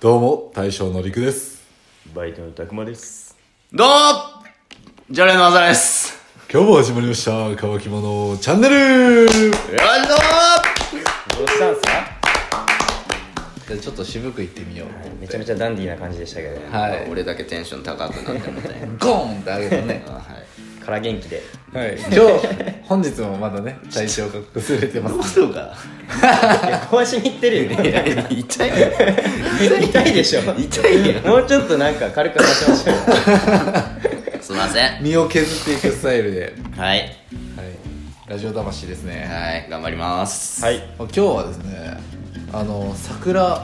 どうも大将のりくですバイトのたくまです。どうも常連のあざです今日も始まりました乾き物チャンネルよいしょどうしたんすかーちょっと渋くいってみようめちゃめちゃダンディーな感じでしたけど、はい俺だけテンション高くなってもねゴーンってあげたねあはいから元気で。はい今日本日もまだね体調が崩れてますそうかいや、壊しに行ってるよね。痛いよ痛いでしょ。痛いよもうちょっとなんか軽く話しましょう。すいません身を削っていくスタイルで、はいはい、ラジオ魂ですねはい頑張りますはい。今日はですねあの桜、う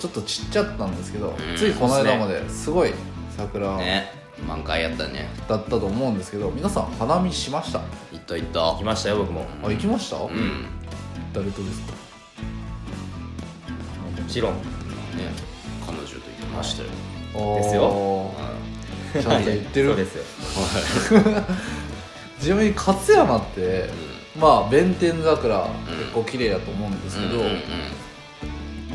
ちょっとちっちゃったんですけど、んついこの間まですごい桜ね満開やったねだったと思うんですけど皆さん花見しましたいっといっ来とましたよ、僕も。あ行きました、うんね誰とですかもちろん。彼女と行きましたよですよあーちゃんと言ってるそうですよ。ちなみに勝山って、まあ弁天桜結構綺麗だと思うんですけうんど、うんうん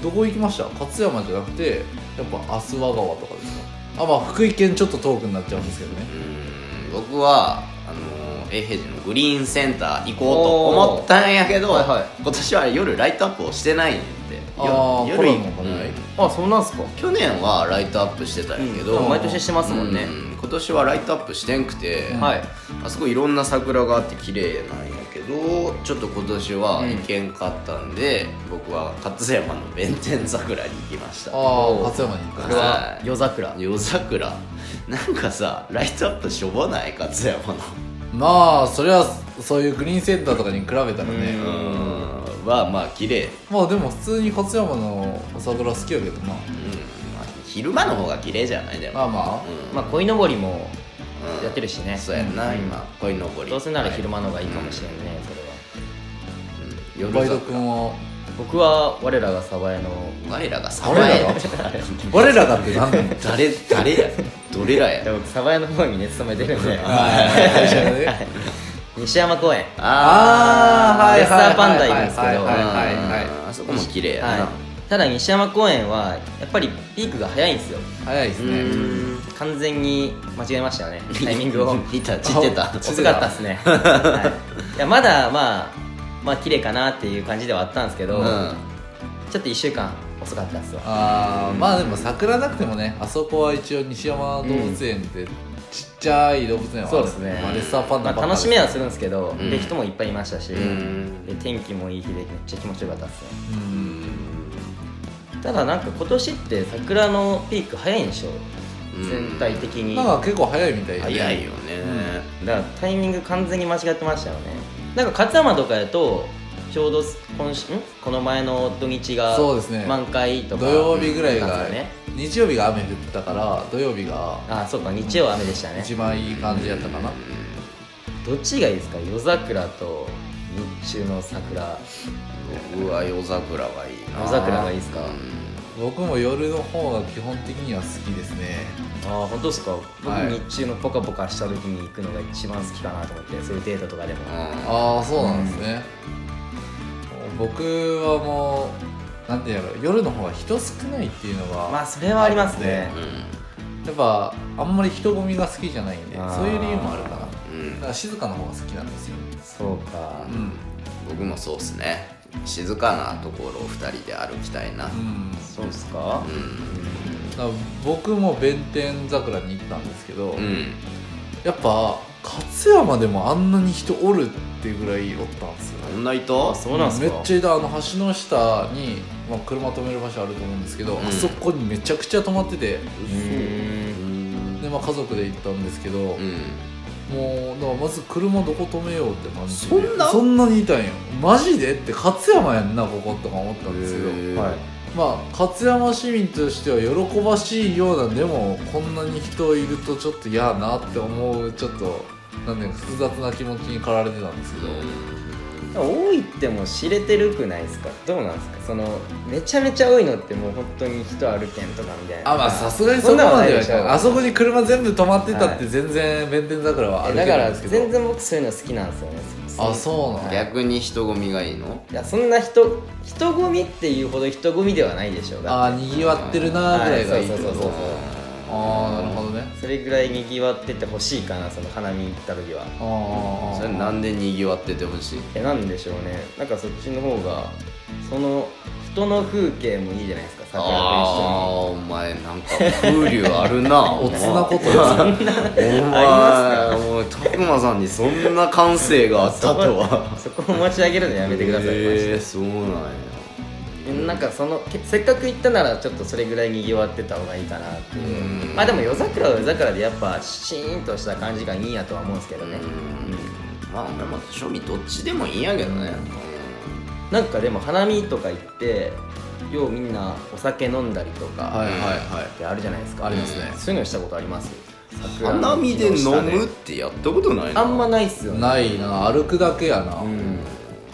どこ行きました勝山じゃなくてやっぱ阿諏訪川とかですかあまあ福井県ちょっと遠くになっちゃうんですけどねうん僕はあの永平寺のグリーンセンター行こうと思ったんやけど、おーはいは今年は夜ライトアップをしてないんでああ夜コロ夜ナの問題、うんあ、そうなんすか去年はライトアップしてたんやけど、うん毎年してますもんねう今年はライトアップしてんくて、うんはい。あそこいろんな桜があって綺麗なんやけどちょっと今年は行けんかったんで、僕は勝山の弁天桜に行きましたああ勝山に行くこかれらは夜桜。夜桜なんかさライトアップしょぼない勝山のまあそれはそういうグリーンセンターとかに比べたらねうんはまあ綺麗まあでも普通に勝山の桜好きやけどなうん、まあ、昼間の方が綺麗じゃないでまあもまうんまあ、鯉のぼりもうんやってるしね。そうやんな、今鯉のぼりどうせなら昼間の方がいいかもしれんね、それは。あ夜バイ桜ド君は僕は、我らが鯖江の。我らがさ我らが我らだって何なの誰誰やどれら や僕、鯖江の方にね、勤めてるんで。 会社でね西山公園。あーはいレッはサいーパンダいるんですけどはいはいはいはいうんあそこも綺麗やな、はい、ただ西山公園はやっぱりピークが早いんですよ早いですうねん完全に間違えまし たよねタイミングを見 た散ってた遅かったで すね、はい、いやまだまあまあ綺麗かなっていう感じではあったんですけど、うんちょっと1週間遅かったっすわあーまあでも桜なくてもねあそこは一応西山動物園ってちっちゃい動物園はあるそうですねまあレッサーパンダばっかまあ、り楽しめはするんですけど、んで人もいっぱいいましたし、んで天気もいい日でめっちゃ気持ちよかったっすねうんただなんか今年って桜のピーク早いんでしょ、うん全体的になんか結構早いみたいで早いよね、だからタイミング完全に間違ってましたよねなんか勝山とかやとちょうど今週んこの前の土日がそうですね満開とか土曜日ぐらいだったんがですよね日曜日が雨降ったから土曜日があそうか日曜は雨でしたね一番いい感じやったかなどっちがいいですか夜桜と日中の桜僕は夜桜がいいな夜桜がいいですか僕も夜の方が基本的には好きですねああ本当ですか僕はい日中のポカポカした時に行くのが一番好きかなと思ってそういうデートとかでもあああそうなんですね、僕はもうなんていうんやろ夜の方が人少ないっていうのはまあそれはありますねやっぱあんまり人混みが好きじゃないんであーそういう理由もあるかなだかうん、うん、ら静かな方が好きなんですよ、そうかうん僕もそうっすね静かなところを2人で歩きたいなうん、そうっすかだから僕も弁天桜に行ったんですけど、うん、うん、やっぱ勝山でもあんなに人おるっていうぐらいおったんですよこんな人あそうなんすかめっちゃいたあの橋の下に、まあ、車止める場所あると思うんですけど、うんあそこにめちゃくちゃ止まっててうーんうんで、まあ、家族で行ったんですけど、うんもうだからまず車どこ止めようって感じそでんなそんなにいたんよマジでって勝山やんなこことか思ったんですけどへーはいまあ勝山市民としては喜ばしいようなでもこんなに人いるとちょっと嫌やなって思うちょっとなんていうか複雑な気持ちに駆られてたんですけど、うん多いっても知れてるくないですかどうなんですかそのめちゃめちゃ多いのってもう本当に人歩けんとかみたいなあまあさすがにそこそんなのまないではでいしかないょあそこに車全部止まってたっはてい全然弁天桜は歩けだかないんらですけど全然僕そういうの好きなんですよねあそうなんだ逆に人混みがいいのいやそんな人人混みっていうほど人混みではないでしょうがあーにぎわってるなーぐらいがいいってはいそうこそうそうとそうああなるほどねそれぐらいにぎわっててほしいかなその花見行った時はあそあれなんでにぎわっててほしいえなんでしょうねなんかそっちの方がその人の風景もいいじゃないですか桜とああお前なんか風流あるなおつなことお前あお前拓磨さんにそんな感性があったとは一緒にそこを持ち上げるのやめてください、えー、そうなんやえなんかそのけせっかく行ったならちょっとそれぐらいにぎわってた方がいいかなっていううんまあでも夜桜は夜桜でやっぱシーンとした感じがいいんやとは思うんですけどねうんまあお前また趣味どっちでもいいんやけどねなんかでも花見とか行ってようみんなお酒飲んだりとはいかはいはってあるじゃないですか、ありますねそういうのしたことあります桜の花見で木飲の下むってやったことないなあんまないっすよいねないな歩くだけやなうん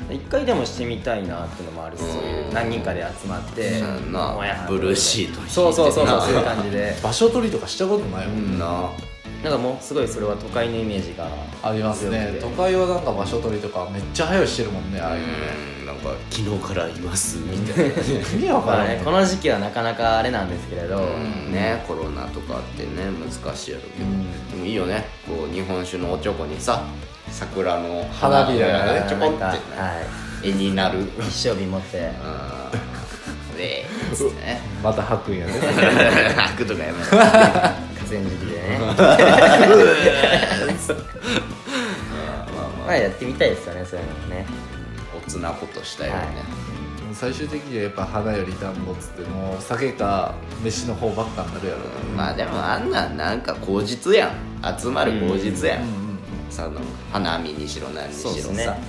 一回でもしてみたいなってのもあるし、そういう何人かで集まって、そうやんなもやっとブルーシート引いてそうそうそうそうなそういう感じで場所取りとかしたことないもうんんななんかもうすごいそれは都会のイメージがありますね都会はなんか場所取りとかめっちゃ早いしてるもんねああいうのうんなんか昨日からいますみたいな意味わかまあらねん、こもんの時期はなかなかあれなんですけれど、んねコロナとかあってね難しいやろうけど、うんでもいいよねこう日本酒のおちょこにさ桜の花びらがねちょこって、なんねかは絵にな るい、一生日持ってあーでつってねまた吐くんやね 吐くとかやめろ河川敷で ねまあやってみたいですよねそういうのもねおつなことしたいよね、最終的にはやっぱ花より団子っつってもう酒か飯の方ばっかになるやろまあでもあんなんなんか口実やん集まる口実やん、うんうんその花見にしろ何にしろそうですさ、ね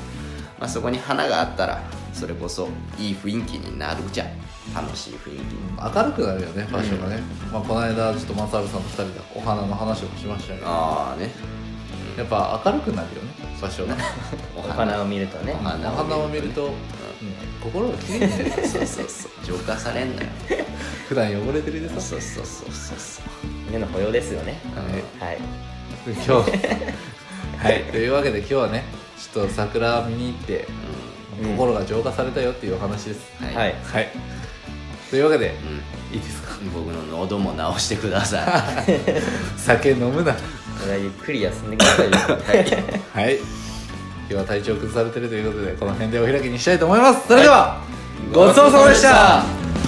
まあ、そこに花があったらそれこそいい雰囲気になるじゃん楽しい雰囲気に明るくなるよね場所がね、まあ、この間ちょっと松原さんと2人でお花の話をしましたけどああねやっぱ明るくなるよね場所がおお花を見るとねおお花花を見ると、うん心がきれいになるそうそうそう浄化されんのよ普段汚れてるでさそうそうそうそうそう目の保養ですよねはいはい今日はいというわけで今日はねちょっと桜見に行ってうん心が浄化されたよっていうお話です、うんはいはいというわけでういいですかん、僕の喉も直してくださ い酒飲むなこれはゆっくり休んでくださいよはいはい今日は体調崩されてるということでこの辺でお開きにしたいと思いますそれでは、ごちそうさまでした